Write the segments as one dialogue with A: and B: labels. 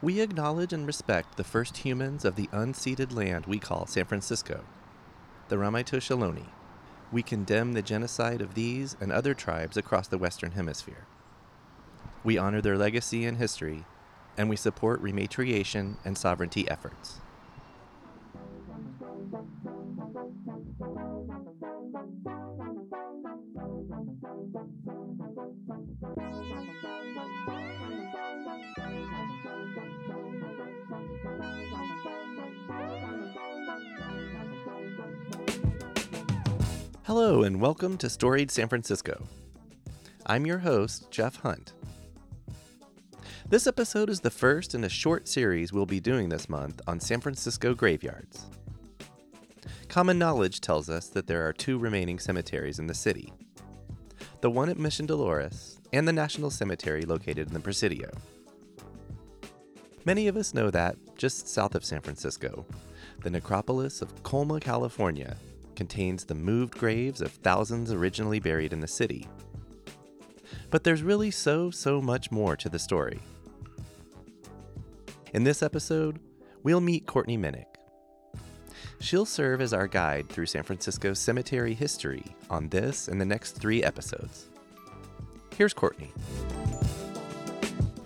A: We acknowledge and respect the first humans of the unceded land we call San Francisco, the Ramaytush Ohlone. We condemn the genocide of these and other tribes across the Western Hemisphere. We honor their legacy and history, and we support rematriation and sovereignty efforts. Hello, and welcome to Storied San Francisco. I'm your host, Jeff Hunt. This episode is the first in a short series we'll be doing this month on San Francisco graveyards. Common knowledge tells us that there are two remaining cemeteries in the city the one at Mission Dolores and the National Cemetery located in the Presidio. Many of us know that, just south of San Francisco, the necropolis of Colma, California, contains the moved graves of thousands originally buried in the city. But there's really so, so much more to the story. In this episode, we'll meet Courtney Minnick. She'll serve as our guide through San Francisco's cemetery history on this and the next three episodes. Here's Courtney.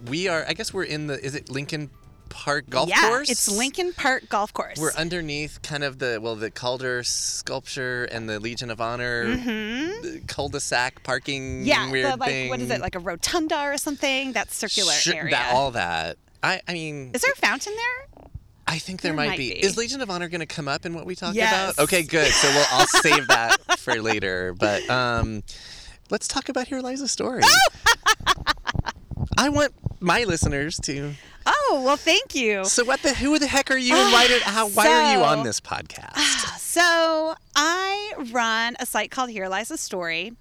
A: We are, I guess we're in the, is it Lincoln Park Golf
B: yeah,
A: Course?
B: it's Lincoln Park Golf Course.
A: We're underneath kind of the well, the Calder sculpture and the Legion of Honor
B: Mhm.
A: the cul-de-sac parking
B: yeah,
A: weird
B: the, like
A: thing.
B: what is it, like a rotunda or something? That circular
A: Sure,
B: area.
A: That, all that. I, I mean,
B: Is there a fountain there?
A: I think there,
B: there
A: might,
B: might
A: be.
B: be.
A: Is Legion of Honor going to come up in what we talked
B: Yes.
A: about? Okay, good. So we'll I'll save that for later. But um, let's talk about Here Lies a Story. I want my listeners to.
B: Oh well, thank you.
A: So what the? Who the heck are you? and why did? How, why are you
B: So-
A: on this podcast?
B: So I run a site called Here Lies a Story,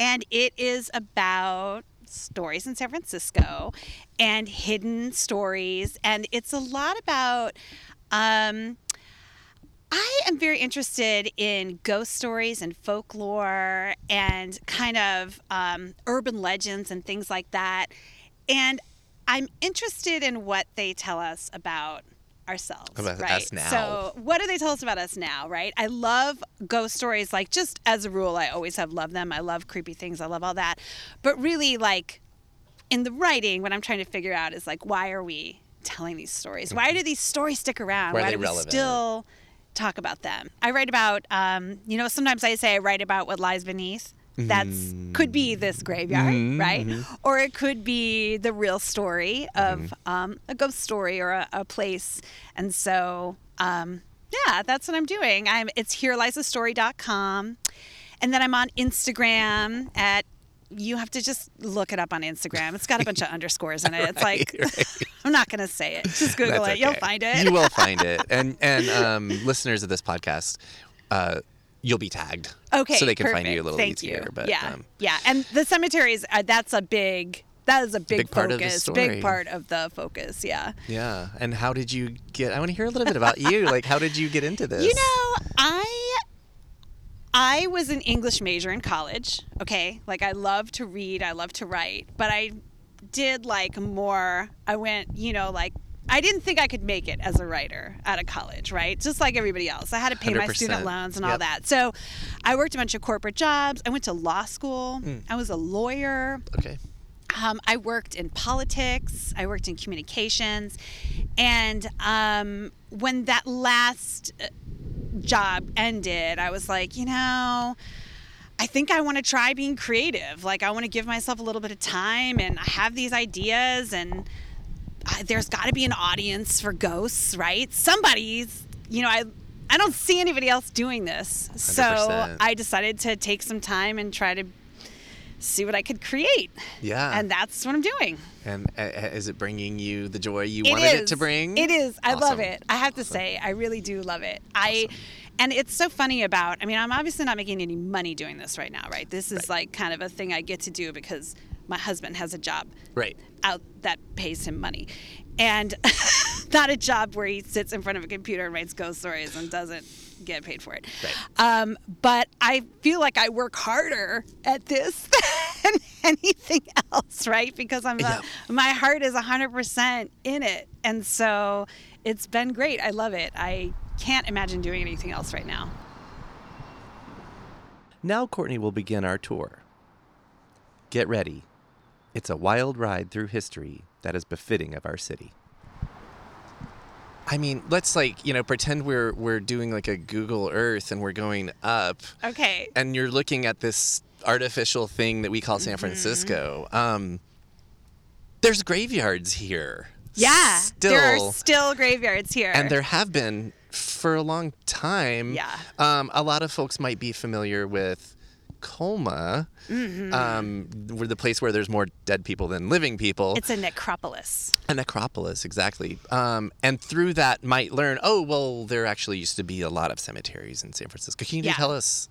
B: and it is about stories in San Francisco and hidden stories, and it's a lot about. Um, I am very interested in ghost stories and folklore and kind of um, urban legends and things like that. And I'm interested in what they tell us about ourselves.
A: About us
B: right?
A: now.
B: So, what do they tell us about us now, right? I love ghost stories. Like, just as a rule, I always have loved them. I love creepy things. I love all that. But really, like, in the writing, what I'm trying to figure out is like, why are we telling these stories? Why do these stories stick around?
A: Mm-hmm. Why are
B: why
A: they
B: do we
A: relevant?
B: still talk about them? I write about, um, you know, sometimes I say I write about what lies beneath. That's
A: Mm-hmm.
B: could be this graveyard, right? Or it could be the real story of
A: Mm-hmm.
B: um, a ghost story or a, a place. And so, um, yeah, that's what I'm doing. I'm it's herelisastory.com, and then I'm on Instagram at you have to just look it up on Instagram. It's got a bunch of underscores in it. It's like I'm not gonna say it. Just Google
A: That's
B: it. You'll
A: okay.
B: find it.
A: You will find it. And and um, listeners of this podcast, uh, you'll be tagged.
B: okay.
A: So they can find you a
B: perfect.
A: little
B: Thank
A: easier.
B: You.
A: But
B: yeah,
A: um,
B: yeah, and the cemeteries. Uh, that's a big. That is a big,
A: Big part of the
B: focus.
A: story.
B: Big part of the focus. Yeah.
A: yeah. And how did you get? I want to hear a little bit about you. Like, how did you get into this?
B: You know, I I was an English major in college, okay? Like I love to read, I love to write, but I did like more I went, you know, like I didn't think I could make it as a writer out of college, right? Just like everybody else. I had to pay my
A: 100%.
B: student loans and all
A: Yep.
B: that. So I worked a bunch of corporate jobs. I went to law school.
A: Mm.
B: I was a lawyer.
A: Okay.
B: Um, I worked in politics, I worked in communications, and um, when that last uh, job ended, I was like, you know, I think I want to try being creative. Like, I want to give myself a little bit of time, and I have these ideas, and I, there's got to be an audience for ghosts, right? Somebody's, you know, I. I don't see anybody else doing this. So
A: 100%.
B: I decided to take some time and try to see what I could create
A: Yeah.
B: and that's what I'm doing.
A: And uh, uh, is it bringing you the joy you
B: It
A: wanted it
B: is.
A: to bring?
B: It is. I love
A: Awesome.
B: it. I have to say, I really do love it. I and it's so funny about I mean, I'm obviously not making any money doing this right now, right? This is
A: Right.
B: like kind of a thing I get to do because my husband has a job
A: Right.
B: out that pays him money. And not a job where he sits in front of a computer and writes ghost stories and doesn't get paid for it.
A: Right.
B: Um, but I feel like I work harder at this than anything else, right? Because I'm a,
A: Yeah.
B: my heart is 100% in it. And so it's been great. I love it. I can't imagine doing anything else right now.
A: Now Courtney will begin our tour. Get ready. It's a wild ride through history that is befitting of our city. I mean, let's like, you know, pretend we're we're doing like a Google Earth and we're going up
B: Okay.
A: and you're looking at this artificial thing that we call
B: Mm-hmm.
A: San Francisco. Um there's graveyards here.
B: Yeah.
A: Still
B: There are still graveyards here.
A: and there have been for a long time.
B: Yeah.
A: Um, a lot of folks might be familiar with Coma,
B: Mm-hmm.
A: um, where the place where there's more dead people than living people.
B: it's a necropolis.
A: a necropolis, exactly. Um, and through that, might learn. Oh, well, there actually used to be a lot of cemeteries in San Francisco. Can you
B: Yeah.
A: tell us?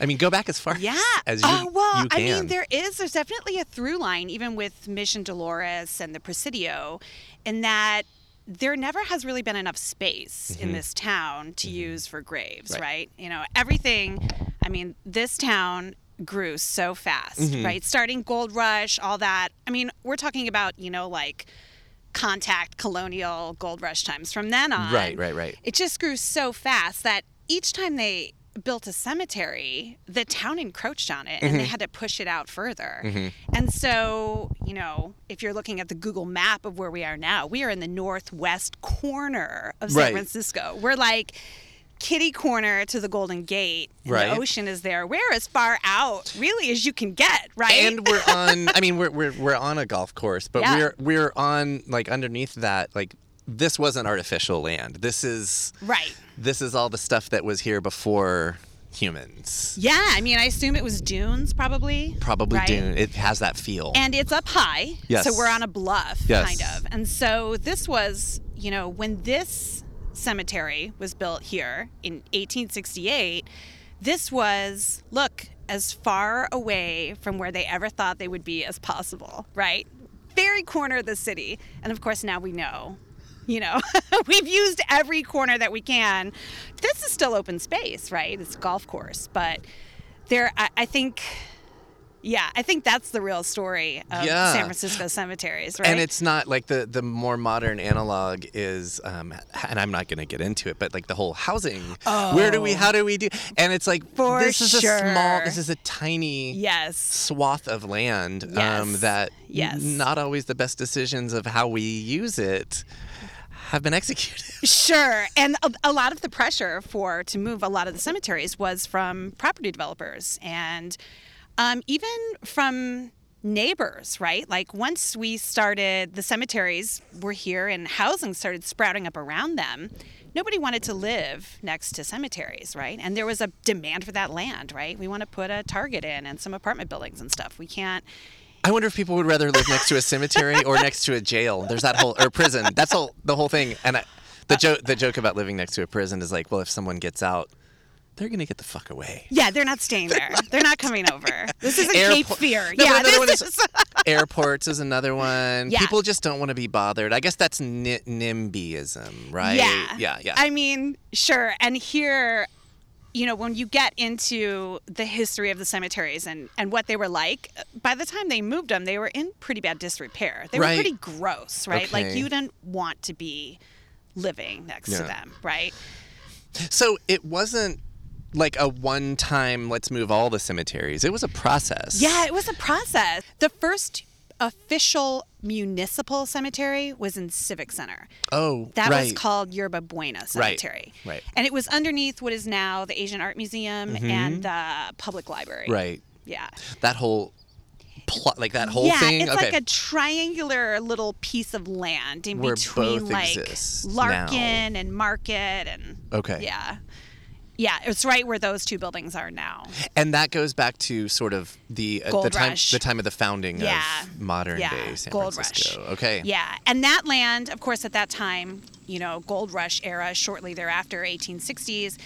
A: I mean, go back as far
B: Yeah.
A: as you,
B: oh, well,
A: you can.
B: I mean, there is. There's definitely a through line, even with Mission Dolores and the Presidio, in that there never has really been enough space in this town to use for graves,
A: Mm-hmm. Right.
B: right. You know, everything, I mean, this town grew so fast,
A: Mm-hmm.
B: right? Starting Gold Rush, all that. I mean, we're talking about, you know, like contact colonial gold rush times from then on
A: Right, right, right.
B: it just grew so fast that each time they built a cemetery, the town encroached on it and
A: Mm-hmm.
B: they had to push it out further. And so, you know, if you're looking at the Google map of where we are now, we are in the northwest corner of San
A: Right.
B: Francisco. We're like kitty corner to the Golden Gate. and
A: Right.
B: The ocean is there. We're as far out, really, as you can get, right?
A: and we're on i mean we're, we're we're on a golf course but
B: Yeah.
A: we're we're on like underneath that like this wasn't artificial land this is
B: right.
A: this is all the stuff that was here before humans
B: Yeah. I mean, I assume it was dunes, probably.
A: probably
B: right?
A: dune it has that feel
B: and it's up high.
A: Yes.
B: So we're on a bluff,
A: Yes.
B: kind of. And so this was, you know, when this cemetery was built here in 1868, this was, look, as far away from where they ever thought they would be as possible, right? Very corner of the city. And of course, now we know. You know, we've used every corner that we can. This is still open space, right? It's a golf course, but there, I, I think yeah, I think that's the real story of
A: Yeah.
B: San Francisco cemeteries, right?
A: and it's not like the the more modern analog is um and i'm not going to get into it but like the whole housing where do we how do we do and it's like
B: Oh. For
A: this is a small
B: sure.
A: this is a tiny
B: yes.
A: swath of land um,
B: Yes.
A: that
B: Yes.
A: not always the best decisions of how we use it have been executed.
B: Sure. And a, a lot of the pressure for to move a lot of the cemeteries was from property developers and um, even from neighbors, right? Like once we started, the cemeteries were here and housing started sprouting up around them. Nobody wanted to live next to cemeteries, right? And there was a demand for that land, right? We want to put a Target in and some apartment buildings and stuff. We can't
A: I wonder if people would rather live next to a cemetery or next to a jail. There's that whole or prison. That's all the whole thing. And I, the joke the joke about living next to a prison is like, well, if someone gets out, they're gonna get the fuck away.
B: Yeah, they're not staying there. They're not coming over. This isn't Cape
A: Airport-
B: Fear.
A: No, but
B: yeah,
A: another one
B: this
A: is,
B: is.
A: airports is another one.
B: Yeah.
A: People just don't want to be bothered. I guess that's ni- NIMBYism, right?
B: Yeah,
A: yeah, yeah.
B: I mean, sure. And here, you know, when you get into the history of the cemeteries and and what they were like, by the time they moved them, they were in pretty bad disrepair. They
A: Right.
B: were pretty gross, right? Like
A: Okay.
B: you didn't want to be living next to
A: Yeah.
B: them, right?
A: So it wasn't like a one time let's move all the cemeteries. It was a process.
B: Yeah, it was a process. The first official municipal cemetery was in Civic Center.
A: Oh,
B: That
A: right.
B: was called Yerba Buena
A: Right,
B: Cemetery.
A: right. Mm-hmm.
B: And it was underneath what is now the Asian Art Museum and the public library.
A: Right.
B: Yeah.
A: That whole plot, like that whole
B: yeah,
A: thing.
B: it's
A: okay.
B: like a triangular little piece of land in
A: Where
B: between
A: both
B: like
A: exist now.
B: Larkin and Market and
A: Okay.
B: Yeah. Yeah, it's right where those two buildings are now.
A: and that goes back to sort of the uh, the
B: Gold
A: time
B: Rush.
A: the time of the founding
B: Yeah.
A: of modern
B: Yeah,
A: day San
B: Gold Rush.
A: Francisco. Okay.
B: Yeah, and that land, of course, at that time, you know, gold rush era, shortly thereafter, 1860s,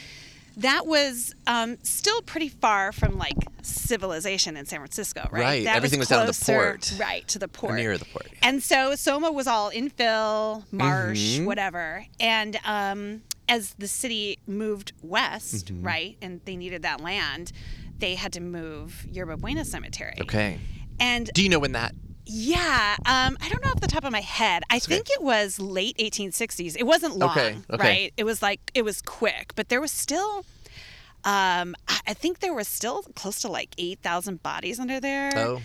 B: that was um, still pretty far from like civilization in San Francisco, right?
A: Right,
B: That
A: everything was down at the
B: closer-
A: port.
B: Right, to the port.
A: near the port, yeah. Mm-hmm.
B: And so Soma was all infill, marsh, whatever. And, um, as the city moved west,
A: Mm-hmm.
B: right, and they needed that land, they had to move Yerba Buena Cemetery.
A: Okay.
B: And
A: Do you know when that?
B: yeah, um, I don't know off the top of my head. I
A: okay.
B: think it was late 1860s. It wasn't long,
A: Okay, okay.
B: right? It was like it was quick, but there was still. Um, I I think there was still close to like 8,000 bodies under there.
A: Oh,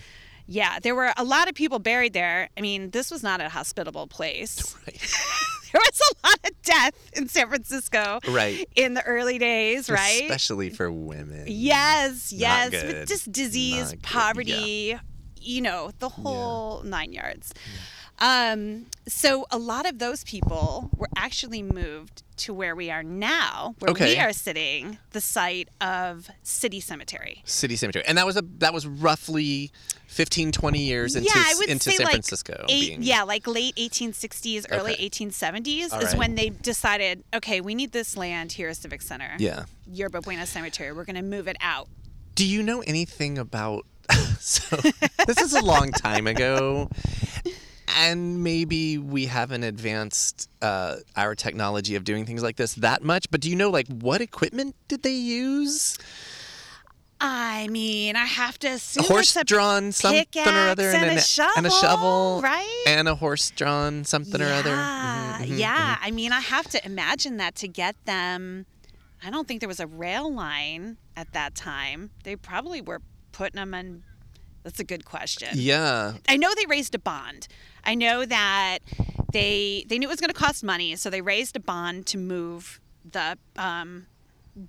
B: Yeah, there were a lot of people buried there. I mean, this was not a hospitable place.
A: right.
B: There was a lot of death in San Francisco
A: Right.
B: in the early days, right?
A: Especially for women.
B: yes, yes,
A: good.
B: but just disease,
A: Not good, yeah.
B: poverty, you know, the whole nine yards. Um, so a lot of those people were actually moved to where we are now, where
A: Okay.
B: we are sitting, the site of City Cemetery.
A: City cemetery, and that was a that was roughly 15, 20 years into
B: yeah, I would
A: into
B: say
A: San
B: like
A: Francisco.
B: eight-
A: being,
B: yeah, like late 1860s, early
A: Okay.
B: 1870s
A: All
B: is
A: right.
B: when they decided, okay, we need this land here at Civic Center.
A: yeah.
B: Yerba Buena Cemetery. We're going to move it out.
A: Do you know anything about? so this is a long time ago, and maybe we haven't advanced uh, our technology of doing things like this that much. But do you know like what equipment did they use?
B: I mean, I have to assume it's a
A: Horse-drawn something
B: pickaxe
A: or other,
B: and,
A: an-
B: a shovel,
A: and a shovel,
B: right?
A: and a horse-drawn something or other.
B: Yeah,
A: Mm-hmm,
B: yeah. I mean, I have to imagine that to get them. I don't think there was a rail line at that time. They probably were putting them in. That's a good question.
A: Yeah,
B: I know they raised a bond. I know that they they knew it was going to cost money, so they raised a bond to move the um,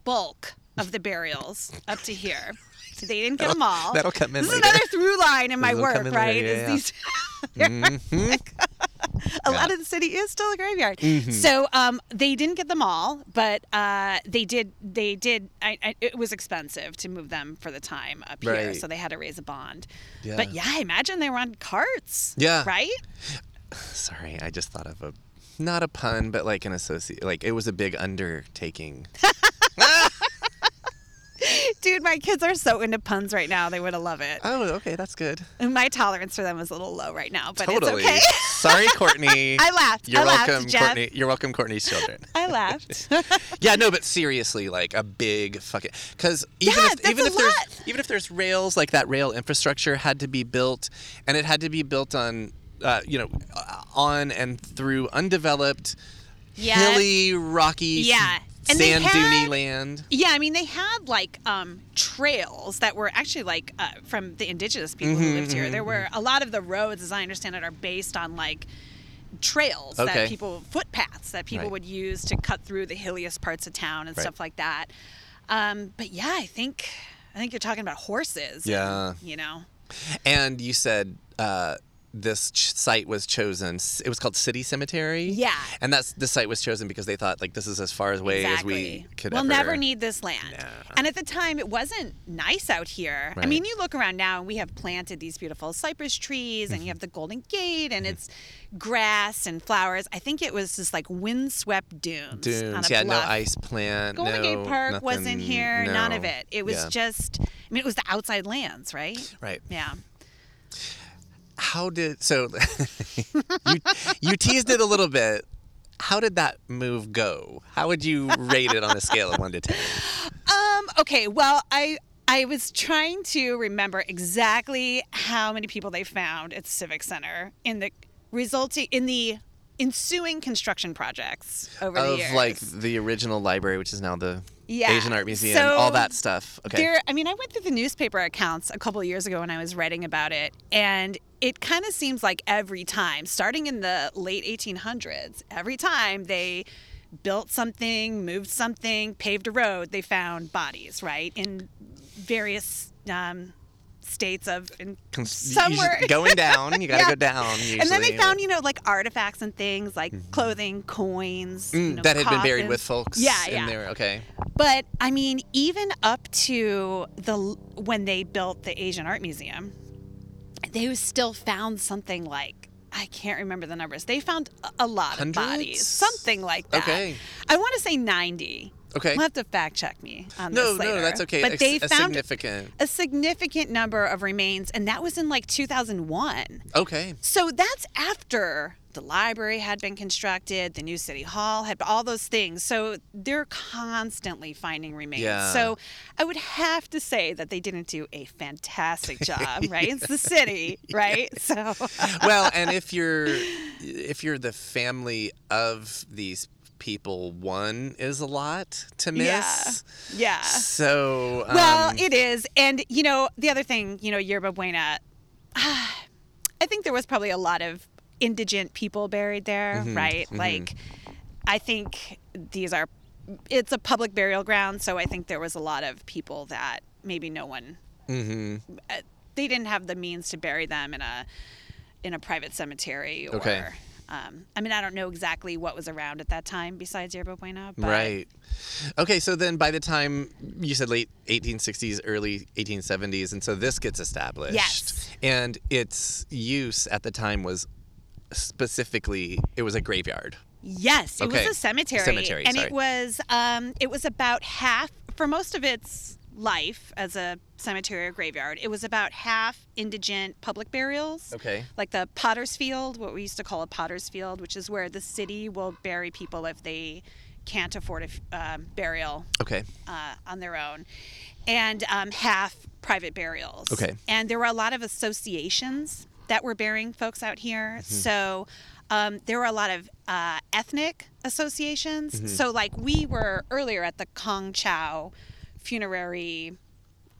B: bulk of the burials up to here. So they didn't get them all.
A: that'll come in
B: This is
A: later.
B: another through line in my
A: This'll
B: work,
A: come in later,
B: right?
A: yeah,
B: is
A: yeah. Mm-hmm.
B: these- a lot
A: Yeah. Mm-hmm.
B: of the city is still a graveyard. So um, they didn't get them all, but uh, they did. They did. I, I, it was expensive to move them for the time up here,
A: Right.
B: so they had to raise a bond.
A: Yeah.
B: But yeah, I imagine they were on carts.
A: Yeah.
B: Right.
A: Sorry, I just thought of a not a pun, but like an associate. Like it was a big undertaking.
B: Dude, my kids are so into puns right now. They would have loved it.
A: Oh, okay, that's good.
B: And my tolerance for them is a little low right now, but
A: totally.
B: it's okay.
A: Sorry, Courtney.
B: I laughed.
A: You're
B: I laughed,
A: welcome,
B: Jeff.
A: Courtney. You're welcome, Courtney's children.
B: I laughed.
A: yeah, no, but seriously, like a big fucking because even
B: Yeah,
A: if
B: that's
A: even
B: a
A: if there's
B: lot.
A: even if there's rails, like that rail infrastructure had to be built, and it had to be built on, uh, you know, uh, on and through undeveloped,
B: Yeah.
A: hilly, rocky, s-
B: Yeah. And they
A: sand
B: had-
A: duny land.
B: Yeah, I mean, they had like um, trails that were actually like uh, from the indigenous people who lived here.
A: Mm-hmm,
B: There were a lot of the roads, as I understand it, are based on like trails
A: Okay.
B: that people, footpaths that people
A: Right.
B: would use to cut through the hilliest parts of town and
A: Right.
B: stuff like that. Um, but yeah, I think I think you're talking about horses. and,
A: Yeah.
B: you know.
A: And you said uh, this ch- site was chosen. s- It was called City Cemetery.
B: Yeah.
A: And that's the site was chosen because they thought like this is as far away as we could
B: will
A: ever.
B: never need this land.
A: Nah.
B: And at the time, it wasn't nice out here.
A: Right.
B: I mean, you look around now, and we have planted these beautiful cypress trees,
A: Mm-hmm.
B: and you have the Golden Gate, and it's grass and flowers. I think it was just like windswept dunes. on
A: dunes.
B: a
A: Yeah, no
B: bluff.
A: ice plant.
B: Golden
A: no,
B: Gate Park wasn't
A: nothing,
B: here. None of
A: no.
B: it. It was
A: Yeah.
B: just. I mean, it was the outside lands, right?
A: right.
B: Yeah.
A: How did so? you, you teased it a little bit. How did that move go? How would you rate it on a scale of one to ten?
B: Um. Okay. Well, I I was trying to remember exactly how many people they found at Civic Center in the resulting in the ensuing construction projects over the
A: Of
B: years.
A: like the original library, which is now the
B: Yeah.
A: Asian Art Museum,
B: So
A: all that stuff. Okay.
B: There, I mean, I went through the newspaper accounts a couple of years ago when I was writing about it, and it kind of seems like every time, starting in the late 1800s, every time they built something, moved something, paved a road, they found bodies, right, in various um, states of in
A: Cons- you- you just-
B: somewhere.
A: going down. You got to
B: Yeah.
A: go down. Usually,
B: And then they found, you know, like artifacts and things like clothing, coins you know,
A: Mm-hmm. Mm, that had been buried
B: coffins.
A: with folks.
B: Yeah, yeah.
A: In there. Okay.
B: But I mean, even up to the when they built the Asian Art Museum, they still found something like I can't remember the numbers. They found a- a lot
A: Hundreds?
B: of bodies, something like that.
A: Okay.
B: I want to say ninety.
A: Okay.
B: We'll have to fact check me on
A: no,
B: this later.
A: no, that's okay.
B: But
A: a,
B: they
A: a
B: found
A: significant.
B: a significant number of remains, and that was in like 2001.
A: Okay.
B: So that's after the library had been constructed, the new city hall had all those things. So they're constantly finding remains.
A: Yeah.
B: So I would have to say that they didn't do a fantastic job, right? It's the city, right? So
A: well, and if you're if you're the family of these people, one is a lot to miss.
B: yeah.
A: So um,
B: Well, it is. And, you know, the other thing, you know, Yerba Buena, I think there was probably a lot of indigent people buried there,
A: Mm-hmm,
B: right? Like, I think these are, it's a public burial ground. So I think there was a lot of people that maybe no one,
A: Mm-hmm.
B: uh, they didn't have the means to bury them in a, in a private cemetery or.
A: Okay.
B: Um, I mean, I don't know exactly what was around at that time besides Yerba Buena, but
A: Right. Okay, so then by the time you said late 1860s, early 1870s, and so this gets established.
B: Yes.
A: And its use at the time was specifically it was a graveyard.
B: Yes, it
A: Okay.
B: was a cemetery.
A: Cemetery,
B: and
A: sorry.
B: it was um, it was about half for most of its life as a cemetery or graveyard. It was about half indigent public burials.
A: Okay.
B: Like the Potter's Field, what we used to call a Potter's Field, which is where the city will bury people if they can't afford a f- um, burial
A: Okay.
B: uh, on their own, and um, half private burials.
A: Okay.
B: And there were a lot of associations that were burying folks out here.
A: Mm-hmm.
B: So um, there were a lot of uh, ethnic associations.
A: Mm-hmm.
B: So, like, we were earlier at the Kong Chow funerary. I'm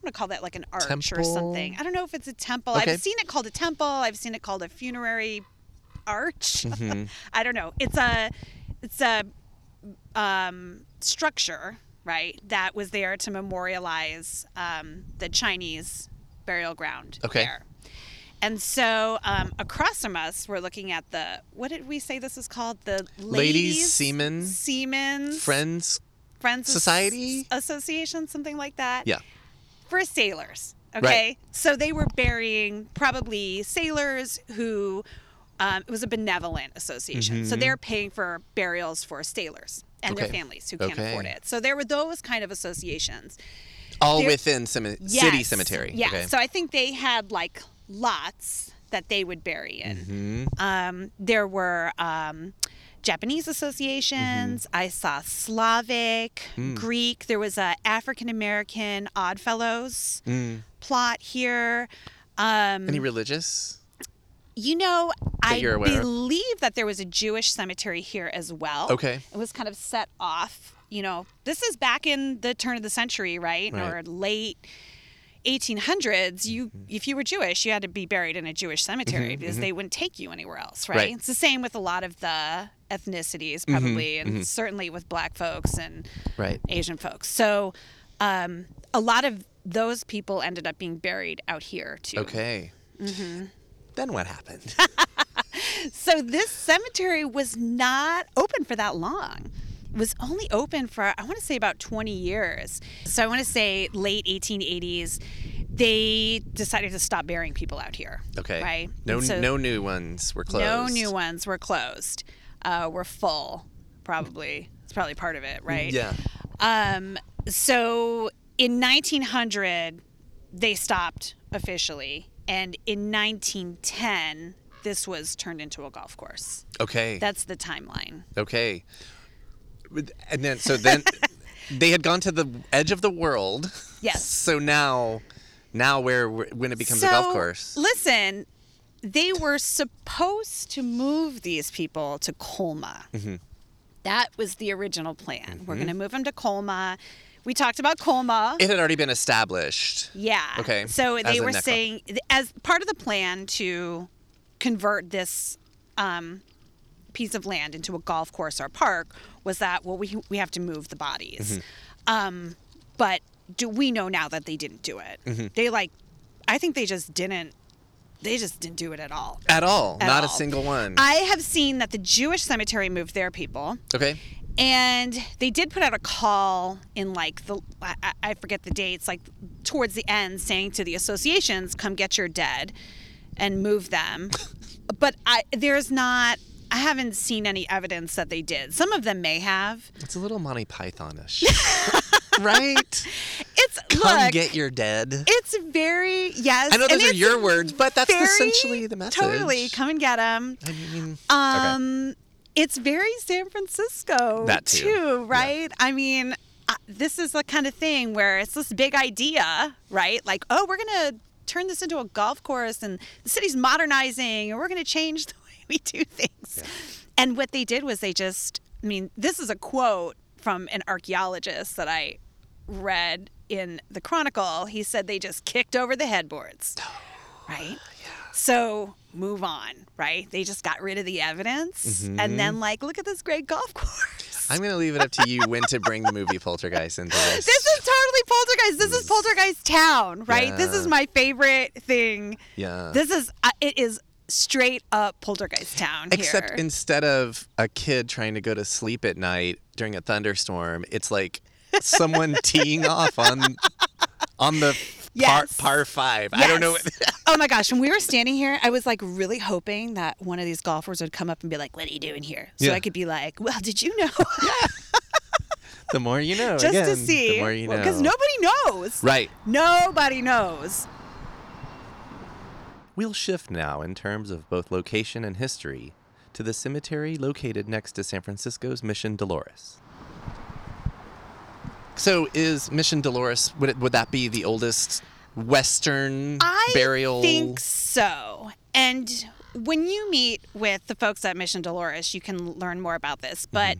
B: gonna call that like an arch or
A: Temple?
B: something. I don't know if it's a temple.
A: Okay.
B: I've seen it called a temple. I've seen it called a funerary arch.
A: Mm-hmm.
B: I don't know. It's a it's a um, structure, right, that was there to memorialize um, the Chinese burial ground
A: Okay.
B: there. And so um, across from us, we're looking at the what did we say this is called? The
A: Ladies
B: Ladies
A: Seamen
B: Seamen's
A: Friends
B: Friends As-
A: Society?
B: Association, something like that
A: Yeah.
B: for sailors. Okay. So they were burying probably sailors who, um, it was a benevolent association. So they're paying for burials for sailors and their
A: Mm-hmm. Okay.
B: families who can't
A: Okay.
B: afford it. So there were those kind of associations.
A: All
B: There-
A: within cem- city
B: Yes.
A: cemetery.
B: Yeah.
A: Okay.
B: So I think they had like lots that they would bury in.
A: Mm-hmm.
B: Um, there were um, Japanese associations.
A: Mm-hmm.
B: I saw Slavic,
A: Hmm.
B: Greek. There was a African American Oddfellows plot here. Um,
A: Any religious?
B: you know, I
A: you're aware of?
B: believe that there was a Jewish cemetery here as well.
A: Okay.
B: It was kind of set off. You know, this is back in the turn of the century, right?
A: Right. Mm-hmm.
B: Or late 1800s. You, if you were Jewish, you had to be buried in a Jewish cemetery because they wouldn't take you anywhere else, right?
A: Right. Mm-hmm,
B: It's the same with a lot of the ethnicities, probably, and certainly with Black folks and
A: Right.
B: Asian folks. So, um, a lot of those people ended up being buried out here too.
A: Okay.
B: Mm-hmm.
A: Then what happened?
B: So this cemetery was not open for that long. It was only open for I want to say about 20 years. So I want to say late 1880s they decided to stop burying people out here.
A: Okay.
B: Right.
A: No,
B: And so
A: no new ones were closed.
B: no new ones were closed. Uh, were full probably. It's probably part of it, right?
A: Yeah.
B: Um, so in 1900, they stopped officially. And in 1910, this was turned into a golf course.
A: Okay.
B: That's the timeline.
A: Okay. With- And then, so then they had gone to the edge of the world.
B: Yes.
A: So now, now where, when it becomes a golf course.
B: Listen, they were supposed to move these people to Colma.
A: Mm-hmm.
B: That was the original plan. We're going to move them to Colma. We talked about Colma.
A: It had already been established.
B: Yeah.
A: Okay,
B: So
A: as
B: they
A: a
B: were
A: necro-
B: saying, as part of the plan to convert this um, piece of land into a golf course or park, was that well, we we have to move the bodies.
A: Mm-hmm.
B: Um, but do we know now that they didn't do it?
A: Mm-hmm.
B: They like, I think they just didn't. They just didn't do it at all.
A: At all.
B: At
A: not a
B: all.
A: single one.
B: I have seen that the Jewish cemetery moved their people.
A: okay.
B: And they did put out a call in like the I, I- I forget the dates, like towards the end, saying to the associations, "Come get your dead, and move them." but I, there's not I haven't seen any evidence that they did. Some of them may have.
A: It's a little Monty Pythonish, right?
B: It's
A: Come
B: look.
A: get your dead.
B: it's very yes.
A: I know
B: and
A: those are
B: it's
A: your words, but that's
B: very-
A: essentially the message.
B: Totally, come and get them.
A: I mean,
B: Um, it's very San Francisco
A: That too. Yeah.
B: right? I mean, uh, this is the kind of thing where it's this big idea, right? Like, oh, we're gonna turn this into a golf course, and the city's modernizing, and we're gonna change the way we do things. And what they did was they just, I mean, this is a quote from an archaeologist that I read in the Chronicle. He said they just kicked over the headboards right? So move on, right? They just got rid of the evidence and
A: Mm-hmm.
B: then like, look at this great golf course.
A: I'm going to leave it up to you when to bring the movie Poltergeist into this.
B: This is totally poltergeist. This is poltergeist town, right? This is
A: Yeah.
B: my favorite thing.
A: yeah.
B: This is uh, it is straight up poltergeist town
A: Except
B: here.
A: instead of a kid trying to go to sleep at night during a thunderstorm, it's like someone teeing off on on the
B: Yes.
A: par, par five. I don't know.
B: Yes.
A: What,
B: oh my gosh, when we were standing here, I was like really hoping that one of these golfers would come up and be like, "What are you doing here?" So
A: Yeah.
B: I could be like, "Well, did you know?"
A: the more you know.
B: Just to
A: again,
B: see,
A: The more you know.
B: because nobody knows.
A: Right.
B: Nobody knows.
A: We'll shift now in terms of both location and history to the cemetery located next to San Francisco's Mission Dolores. So, is Mission Dolores would it, would that be the oldest Western
B: I
A: burial?
B: think so. And when you meet with the folks at Mission Dolores, you can learn more about this.
A: Mm-hmm.
B: But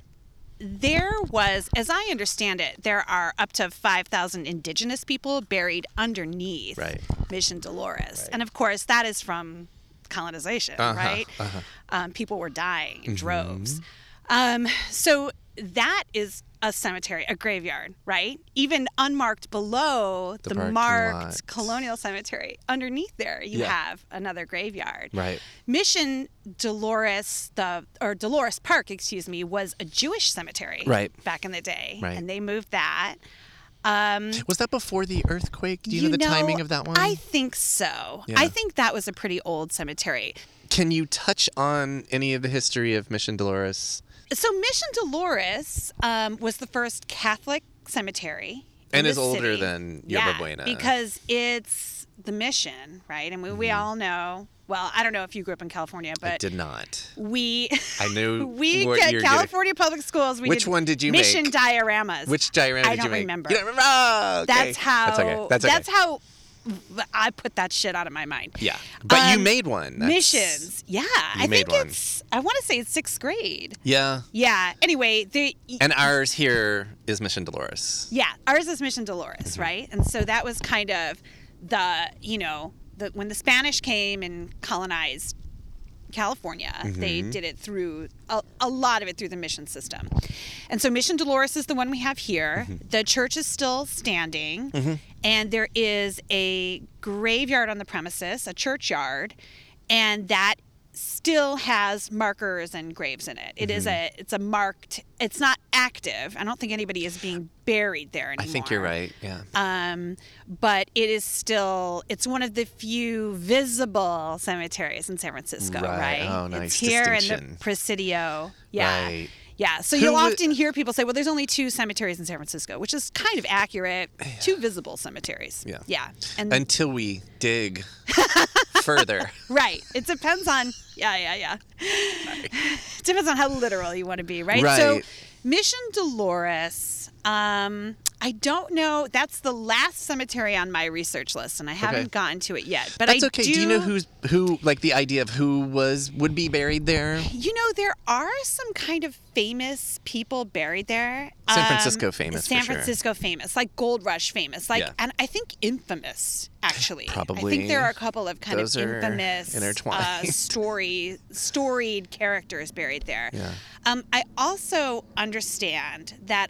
B: there was, as I understand it, there are up to 5,000 indigenous people buried underneath
A: Right.
B: Mission Dolores. And of course, that is from colonization,
A: Uh-huh,
B: right? Um, people were dying
A: Mm-hmm.
B: in droves. Um, so that is a cemetery, a graveyard, right? Even unmarked below the,
A: parking
B: marked
A: lot.
B: colonial cemetery, underneath there, you
A: Yeah.
B: have another graveyard.
A: Right.
B: Mission Dolores, the or Dolores Park, excuse me, was a Jewish cemetery
A: Right.
B: back in the day,
A: Right.
B: and they moved that. Um,
A: Was that before the earthquake? Do you, know the timing of that one?
B: I think so.
A: Yeah.
B: I think that was a pretty old cemetery.
A: Can you touch on any of the history of Mission Dolores?
B: So Mission Dolores um, was the first Catholic cemetery, in
A: And
B: the
A: is older
B: city.
A: than Yerba
B: yeah,
A: Buena.
B: because it's the mission, right? And we, we
A: Mm-hmm.
B: all know. Well, I don't know if you grew up in California,
A: I
B: but
A: did not.
B: we
A: I knew
B: we
A: what
B: get
A: you're
B: California public schools. We
A: Which
B: did
A: one did you
B: mission
A: make?
B: dioramas?
A: Which diorama
B: I
A: did you
B: don't
A: make?
B: remember.
A: You don't remember? Oh, okay.
B: That's how.
A: That's okay. That's okay.
B: how I put that shit out of my mind.
A: Yeah, but you
B: Um,
A: made one. That's-
B: Missions. Yeah, I
A: made
B: think
A: one.
B: it's. I want to say it's sixth grade.
A: Yeah,
B: Yeah. Anyway, the
A: and ours here is Mission Dolores.
B: Yeah, ours is Mission Dolores,
A: Mm-hmm.
B: right? And so that was kind of the, you know, the, when the Spanish came and colonized California, they
A: Mm-hmm.
B: did it through a, a lot of it through the mission system. And so Mission Dolores is the one we have here.
A: Mm-hmm.
B: The church is still standing, and there is a graveyard on the premises, a churchyard, and that still has markers and graves in it. It is a
A: Mm-hmm.
B: it's a marked it's not active. I don't think anybody is being buried there
A: I
B: anymore.
A: think you're right. Yeah,
B: Um, but it is still it's one of the few visible cemeteries in San Francisco,
A: Right.
B: right?
A: Oh, nice
B: It's here in the
A: distinction.
B: Presidio. Yeah.
A: Right.
B: Yeah, so
A: Who
B: you'll
A: would-
B: often hear people say, "Well, there's only two cemeteries in San Francisco," which is kind of accurate. Two visible cemeteries.
A: Yeah.
B: yeah, and,
A: until we dig further.
B: Right. It depends on yeah, yeah, yeah. It depends on how literal you want to be, right? So
A: Right.
B: Mission Dolores, um, I don't know. That's the last cemetery on my research list, and I haven't gotten to it yet. But
A: That's
B: I
A: okay.
B: Do,
A: Do, you know who's who? Like the idea of who was would be buried there?
B: You know, there are some kind of famous people buried there. Um,
A: San Francisco famous, for
B: San
A: sure.
B: Francisco famous, like Gold Rush famous, like,
A: Yeah.
B: and I think infamous actually. I
A: Probably.
B: think there are a couple of kind
A: Those
B: of
A: are
B: infamous, uh,
A: intertwined.
B: story, storied characters buried there.
A: Yeah.
B: Um, I also understand that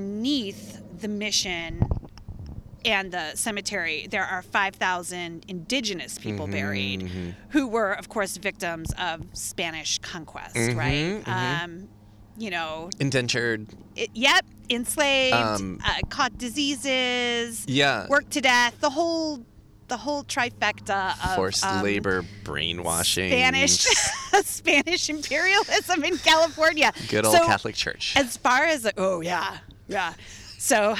B: underneath the mission and the cemetery, there are 5,000 indigenous people
A: Mm-hmm,
B: buried who were, of course, victims of Spanish conquest,
A: Mm-hmm,
B: right? Um, you know,
A: Indentured.
B: it, yep, enslaved,
A: Um,
B: uh, caught diseases,
A: Yeah.
B: worked to death, the whole, the whole trifecta of
A: Forced
B: um,
A: labor, brainwashing,
B: Spanish Spanish imperialism in California.
A: Good old
B: So,
A: Catholic Church.
B: As far as oh yeah, yeah. So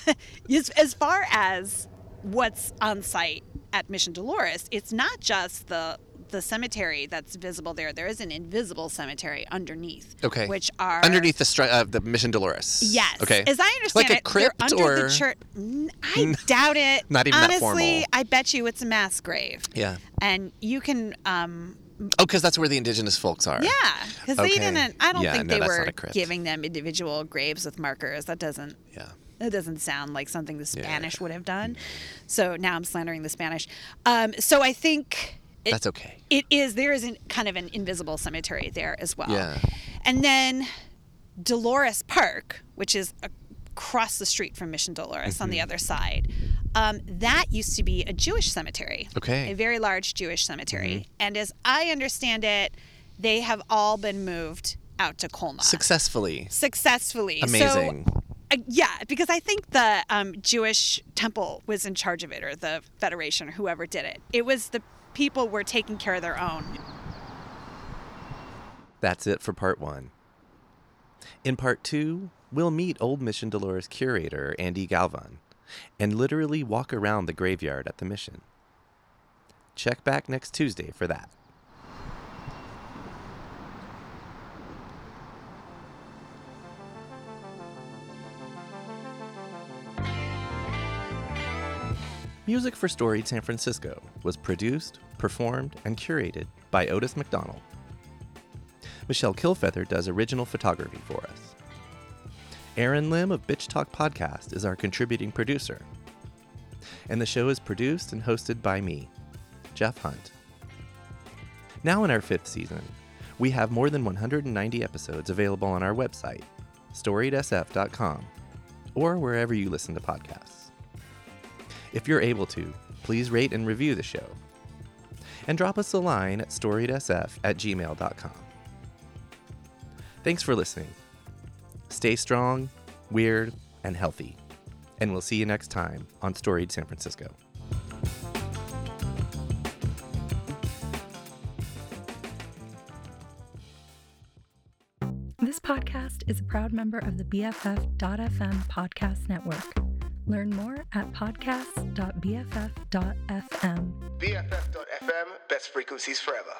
B: as, as far as what's on site at Mission Dolores, it's not just the the cemetery that's visible there. There is an invisible cemetery underneath.
A: okay.
B: Which are
A: underneath the stri- uh, the Mission Dolores.
B: Yes.
A: Okay.
B: As I
A: like
B: understand
A: a
B: it, they're
A: crypt
B: under
A: or
B: the church. N- I doubt it.
A: Not even that
B: Honestly,
A: formal.
B: I bet you it's a mass grave.
A: yeah.
B: And you can, um,
A: Oh, because that's where the indigenous folks are.
B: yeah, because
A: Okay.
B: they didn't. I don't
A: Yeah,
B: think
A: no,
B: they
A: that's not
B: were
A: a crypt.
B: giving them individual graves with markers. That doesn't.
A: Yeah.
B: That doesn't sound like something the Spanish would have done. So now I'm slandering the Spanish. Um, so I think it,
A: That's okay.
B: it is there is an, kind of an invisible cemetery there as well.
A: Yeah.
B: And then Dolores Park, which is a- across the street from Mission Dolores on the
A: Mm-hmm.
B: other side, um, that used to be a Jewish cemetery.
A: Okay. Mm-hmm.
B: A very large Jewish cemetery. And as I understand it, they have all been moved out to Colma
A: Successfully.
B: successfully.
A: Amazing.
B: So, uh, yeah, because I think the um, Jewish temple was in charge of it, or the federation, or whoever did it. It was the people were taking care of their own.
A: That's it for part one. In part two, we'll meet Old Mission Dolores curator Andy Galvan and literally walk around the graveyard at the mission. Check back next Tuesday for that. Music for Storied San Francisco was produced, performed, and curated by Otis McDonald. Michelle Kilfeather does original photography for us. Aaron Lim of Bitch Talk Podcast is our contributing producer. And the show is produced and hosted by me, Jeff Hunt. Now in our fifth season, we have more than 190 episodes available on our website, storiedsf.com, or wherever you listen to podcasts. If you're able to, please rate and review the show. And drop us a line at storiedsf at gmail.com. Thanks for listening. Stay strong, weird, and healthy. And we'll see you next time on Storied San Francisco.
C: This podcast is a proud member of the BFF.FM podcast network. Learn more at podcasts.bff.fm.
D: BFF.FM, best frequencies forever.